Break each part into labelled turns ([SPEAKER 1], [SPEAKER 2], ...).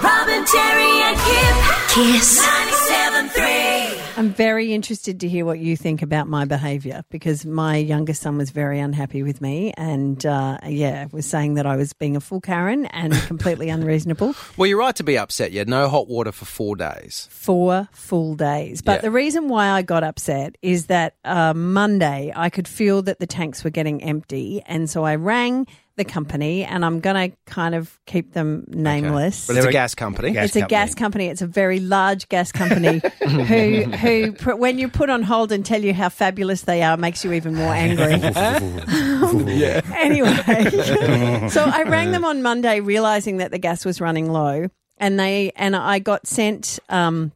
[SPEAKER 1] Robin, Terry, and Kip. Kiss. 97.3.
[SPEAKER 2] I'm very interested to hear what you think about my behaviour because my youngest son was very unhappy with me and, uh, yeah, was saying that I was being a full Karen and completely unreasonable
[SPEAKER 3] Well, you're right to be upset. You had no hot water for four days.
[SPEAKER 2] four full days. But
[SPEAKER 3] Yeah.
[SPEAKER 2] the reason why I got upset is that uh, Monday I could feel that the tanks were getting empty. And so I rang the company and I'm going to kind of keep them nameless.
[SPEAKER 3] But it's a gas company.
[SPEAKER 2] it's a gas company. It's a very large gas company who, who, pr- when you put on hold and tell you how fabulous they are, makes you even more angry. anyway, so I rang them on Monday, realizing that the gas was running low, and they and I got sent um,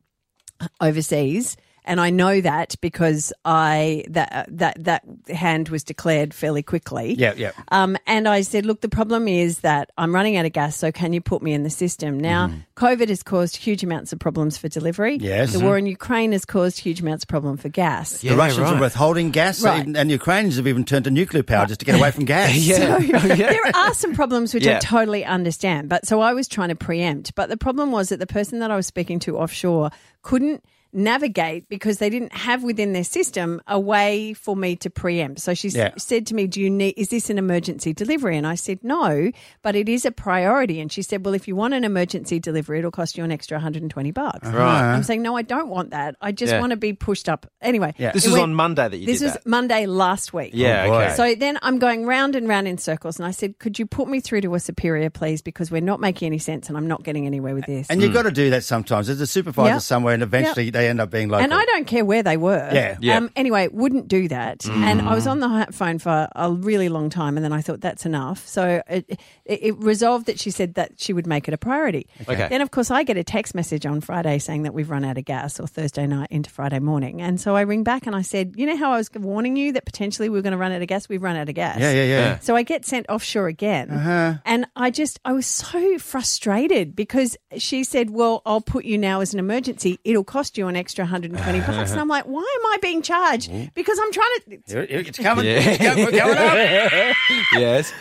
[SPEAKER 2] overseas. And I know that because I that uh, that that hand was declared fairly quickly.
[SPEAKER 4] Yeah, yeah.
[SPEAKER 2] Um, and I said, look, the problem is that I'm running out of gas, so can you put me in the system? Now, COVID has caused huge amounts of problems for delivery.
[SPEAKER 4] Yes.
[SPEAKER 2] The war in Ukraine has caused huge amounts of problem for gas.
[SPEAKER 4] The Russians are withholding gas,
[SPEAKER 2] Right.
[SPEAKER 4] and, and the Ukrainians have even turned to nuclear power just to get away from gas.
[SPEAKER 3] Yeah.
[SPEAKER 2] there are some problems which I
[SPEAKER 3] Yeah.
[SPEAKER 2] totally understand. But so I was trying to preempt. But the problem was that the person that I was speaking to offshore couldn't navigate because they didn't have within their system a way for me to preempt. So she s-
[SPEAKER 4] Yeah.
[SPEAKER 2] said to me, "Do you need is this an emergency delivery?" And I said, "No, but it is a priority." And she said, "Well, if you want an emergency delivery, it'll cost you an extra 120 bucks."
[SPEAKER 3] Right.
[SPEAKER 2] I'm saying, "No, I don't want that. I just
[SPEAKER 3] Yeah.
[SPEAKER 2] want to be pushed up." Anyway,
[SPEAKER 4] Yeah.
[SPEAKER 3] This
[SPEAKER 2] it
[SPEAKER 3] was
[SPEAKER 2] went-
[SPEAKER 3] on Monday that you
[SPEAKER 2] This
[SPEAKER 3] did
[SPEAKER 2] was
[SPEAKER 3] that.
[SPEAKER 2] Monday last week.
[SPEAKER 3] Yeah,
[SPEAKER 4] Oh, boy.
[SPEAKER 3] okay.
[SPEAKER 2] So then I'm going round and round in circles, and I said, "Could you put me through to a superior, please? Because we're not making any sense, and I'm not getting anywhere with this."
[SPEAKER 4] And
[SPEAKER 2] And,
[SPEAKER 4] you've
[SPEAKER 3] Hmm.
[SPEAKER 4] got to do that sometimes. There's a supervisor
[SPEAKER 2] Yep.
[SPEAKER 4] somewhere, and eventually they end up being local.
[SPEAKER 2] I don't care where they were.
[SPEAKER 4] Yeah. Mm.
[SPEAKER 3] Yeah.
[SPEAKER 2] Um, anyway, wouldn't do that. And I was on the hi- phone for a really long time, and then I thought that's enough. So it, it, it resolved that she said that she would make it a priority.
[SPEAKER 3] Okay.
[SPEAKER 2] Then, of course, I get a text message on Friday saying that we've run out of gas, or Thursday night into Friday morning, and so I ring back and I said, "You know how I was warning you that potentially we were going to run out of gas? We've run out of gas."
[SPEAKER 4] Yeah, yeah, yeah.
[SPEAKER 3] Yeah.
[SPEAKER 2] So I get sent offshore again. And I just, I was so frustrated because she said, Well, I'll put you now as an emergency. It'll cost you an extra 120 bucks. And I'm like, Why am I being charged? Because I'm trying to.
[SPEAKER 4] Here- here- It's coming.
[SPEAKER 3] Yeah.
[SPEAKER 4] It's go- we're going up.
[SPEAKER 3] yes.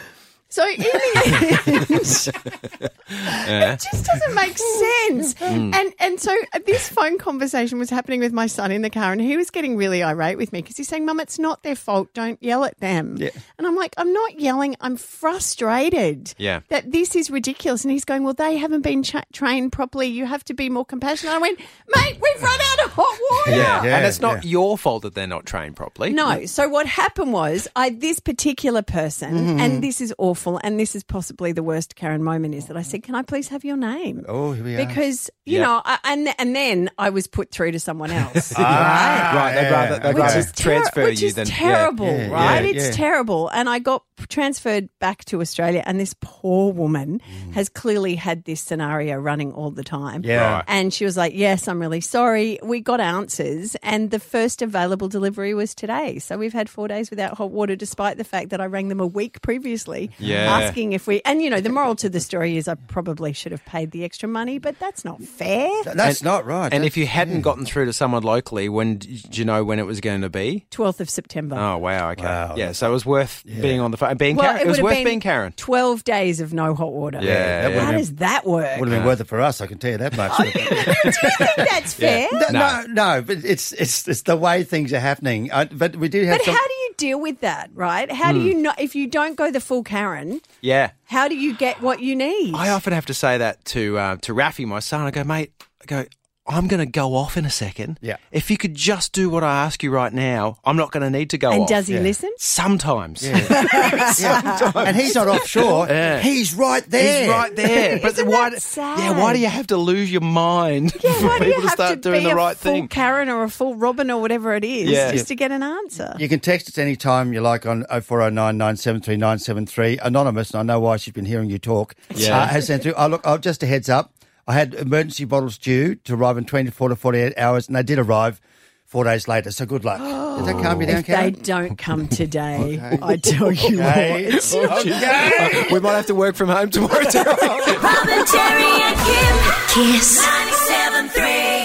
[SPEAKER 2] So in the end, it just doesn't make sense.
[SPEAKER 3] Mm.
[SPEAKER 2] And and so this phone conversation was happening with my son in the car, and he was getting really irate with me because he's saying, "Mum, it's not their fault. Don't yell at them."
[SPEAKER 4] Yeah.
[SPEAKER 2] And I'm like, "I'm not yelling. I'm frustrated.
[SPEAKER 3] Yeah.
[SPEAKER 2] that this is ridiculous." And he's going, "Well, they haven't been cha- trained properly. You have to be more compassionate." I went, "Mate, we've run out of hot water."
[SPEAKER 3] Yeah.
[SPEAKER 4] Yeah,
[SPEAKER 3] And it's not
[SPEAKER 4] yeah.
[SPEAKER 3] your fault that they're not trained properly.
[SPEAKER 2] No. So what happened was, I this particular person,
[SPEAKER 4] Mm-hmm.
[SPEAKER 2] and this is awful, and this is possibly the worst Karen moment is that I said, "Can I please have your name?"
[SPEAKER 4] Oh, here we are.
[SPEAKER 2] because you
[SPEAKER 3] Yeah.
[SPEAKER 2] know, I, and and then I was put through to someone else.
[SPEAKER 4] Ah,
[SPEAKER 3] Right, they'd
[SPEAKER 4] yeah,
[SPEAKER 3] rather- they'd
[SPEAKER 4] okay.
[SPEAKER 2] Which
[SPEAKER 3] rather-
[SPEAKER 2] is, ter-
[SPEAKER 3] transfer
[SPEAKER 2] which
[SPEAKER 3] you
[SPEAKER 2] is
[SPEAKER 3] then- yeah.
[SPEAKER 2] terrible,
[SPEAKER 4] Yeah,
[SPEAKER 2] right?
[SPEAKER 4] yeah,
[SPEAKER 2] it's
[SPEAKER 4] yeah.
[SPEAKER 2] terrible. And I got transferred back to Australia, and this poor woman
[SPEAKER 3] Mm.
[SPEAKER 2] has clearly had this scenario running all the time.
[SPEAKER 4] Yeah.
[SPEAKER 3] Right.
[SPEAKER 2] And she was like, Yes, I'm really sorry. We got answers, and the first available delivery was today. So we've had four days without hot water, despite the fact that I rang them a week previously
[SPEAKER 3] Yeah.
[SPEAKER 2] asking if we. And, you know, the moral to the story is I probably should have paid the extra money, but that's not fair.
[SPEAKER 4] Th- That's not right.
[SPEAKER 3] And
[SPEAKER 4] That's-
[SPEAKER 3] if you hadn't gotten through to someone locally, when do you know when it was going to be?
[SPEAKER 2] 12th of September.
[SPEAKER 3] Oh wow, okay,
[SPEAKER 4] Wow.
[SPEAKER 3] yeah. So it was worth being on the phone, being
[SPEAKER 2] Well,
[SPEAKER 3] Karen. It,
[SPEAKER 2] would
[SPEAKER 3] was
[SPEAKER 2] have
[SPEAKER 3] worth
[SPEAKER 2] been
[SPEAKER 3] being Karen.
[SPEAKER 2] 12 days of no hot water.
[SPEAKER 3] Yeah,
[SPEAKER 4] that
[SPEAKER 3] yeah.
[SPEAKER 2] How
[SPEAKER 4] would've
[SPEAKER 2] does that work?
[SPEAKER 4] would have
[SPEAKER 3] Ah.
[SPEAKER 4] been worth it for us. I can tell you that much.
[SPEAKER 2] Do you think that's fair?
[SPEAKER 4] no, no, no, but it's it's it's the way things are happening. I, but we do have.
[SPEAKER 2] But
[SPEAKER 4] some,
[SPEAKER 2] how do you deal with that, right? How
[SPEAKER 3] Hmm.
[SPEAKER 2] do you not, if you don't go the full Karen,
[SPEAKER 3] Yeah,
[SPEAKER 2] how do you get what you need?
[SPEAKER 3] I often have to say that to uh, to Rafi, my son. I go, mate, I go. I'm going to go off in a second.
[SPEAKER 4] Yeah.
[SPEAKER 3] If you could just do what I ask you right now, I'm not going to need to go
[SPEAKER 2] and
[SPEAKER 3] off.
[SPEAKER 2] does he
[SPEAKER 4] yeah.
[SPEAKER 2] listen?
[SPEAKER 3] Sometimes.
[SPEAKER 4] Yeah. And he's not offshore.
[SPEAKER 3] Yeah.
[SPEAKER 4] He's right there.
[SPEAKER 3] He's right there. But
[SPEAKER 2] Isn't
[SPEAKER 3] why?
[SPEAKER 2] that sad?
[SPEAKER 3] Yeah. Why do you have to lose your mind for
[SPEAKER 2] Why do you
[SPEAKER 3] people to
[SPEAKER 2] have
[SPEAKER 3] start
[SPEAKER 2] to
[SPEAKER 3] doing
[SPEAKER 2] be
[SPEAKER 3] the
[SPEAKER 2] a
[SPEAKER 3] right
[SPEAKER 2] full
[SPEAKER 3] thing?
[SPEAKER 2] Karen or a full Robin or whatever it is
[SPEAKER 3] Yeah.
[SPEAKER 2] just to get an answer?
[SPEAKER 4] You can text us any time you like on 0409 973 973. Anonymous, and I know why she's been hearing you talk,
[SPEAKER 3] Yeah.
[SPEAKER 4] uh, has sent through. Oh, look, oh, just a heads up. I had emergency bottles due to arrive in 24 to 48 hours, and they did arrive four days later. So good luck. Did that calm you down,
[SPEAKER 2] They
[SPEAKER 4] Karen?
[SPEAKER 2] don't come today. I tell you
[SPEAKER 4] Okay.
[SPEAKER 2] what.
[SPEAKER 4] Okay.
[SPEAKER 3] we might have to work from home tomorrow.
[SPEAKER 1] Robin, Terry, and Kip. Kiss. 97.3.